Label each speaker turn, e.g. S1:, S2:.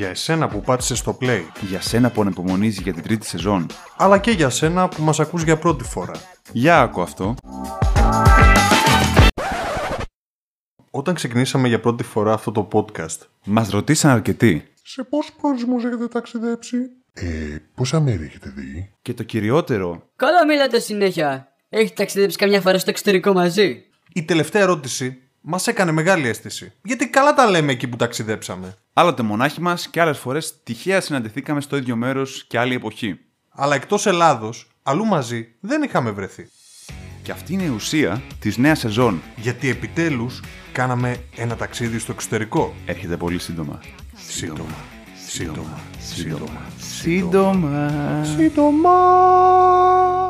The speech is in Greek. S1: εσένα που πάτησες στο play,
S2: Για σένα που ανεπομονείς για την τρίτη σεζόν.
S1: αλλά και για σένα που μας ακούς για πρώτη φορά.
S2: Για ακού αυτό.
S1: Όταν ξεκινήσαμε για πρώτη φορά αυτό το podcast,
S2: Μας ρωτήσαν αρκετοί.
S1: σε πόσους προορισμούς έχετε ταξιδέψει,
S3: Ε, πόσα μέρη έχετε δει,
S2: Και το κυριότερο,
S4: Καλά μιλάτε συνέχεια. Έχετε ταξιδέψει καμιά φορά στο εξωτερικό μαζί.
S1: η τελευταία ερώτηση μας έκανε μεγάλη αίσθηση. Γιατί καλά τα λέμε εκεί που ταξιδέψαμε.
S2: άλλοτε μονάχοι μας και άλλες φορές τυχαία συναντηθήκαμε στο ίδιο μέρος και άλλη εποχή.
S1: Αλλά εκτός Ελλάδος, αλλού μαζί δεν είχαμε βρεθεί.
S2: Και αυτή είναι η ουσία της νέας σεζόν.
S1: Γιατί επιτέλους κάναμε ένα ταξίδι στο εξωτερικό.
S2: Έρχεται πολύ σύντομα.
S1: Σύντομα. Σύντομα.
S2: Σύντομα.
S1: Σύντομα.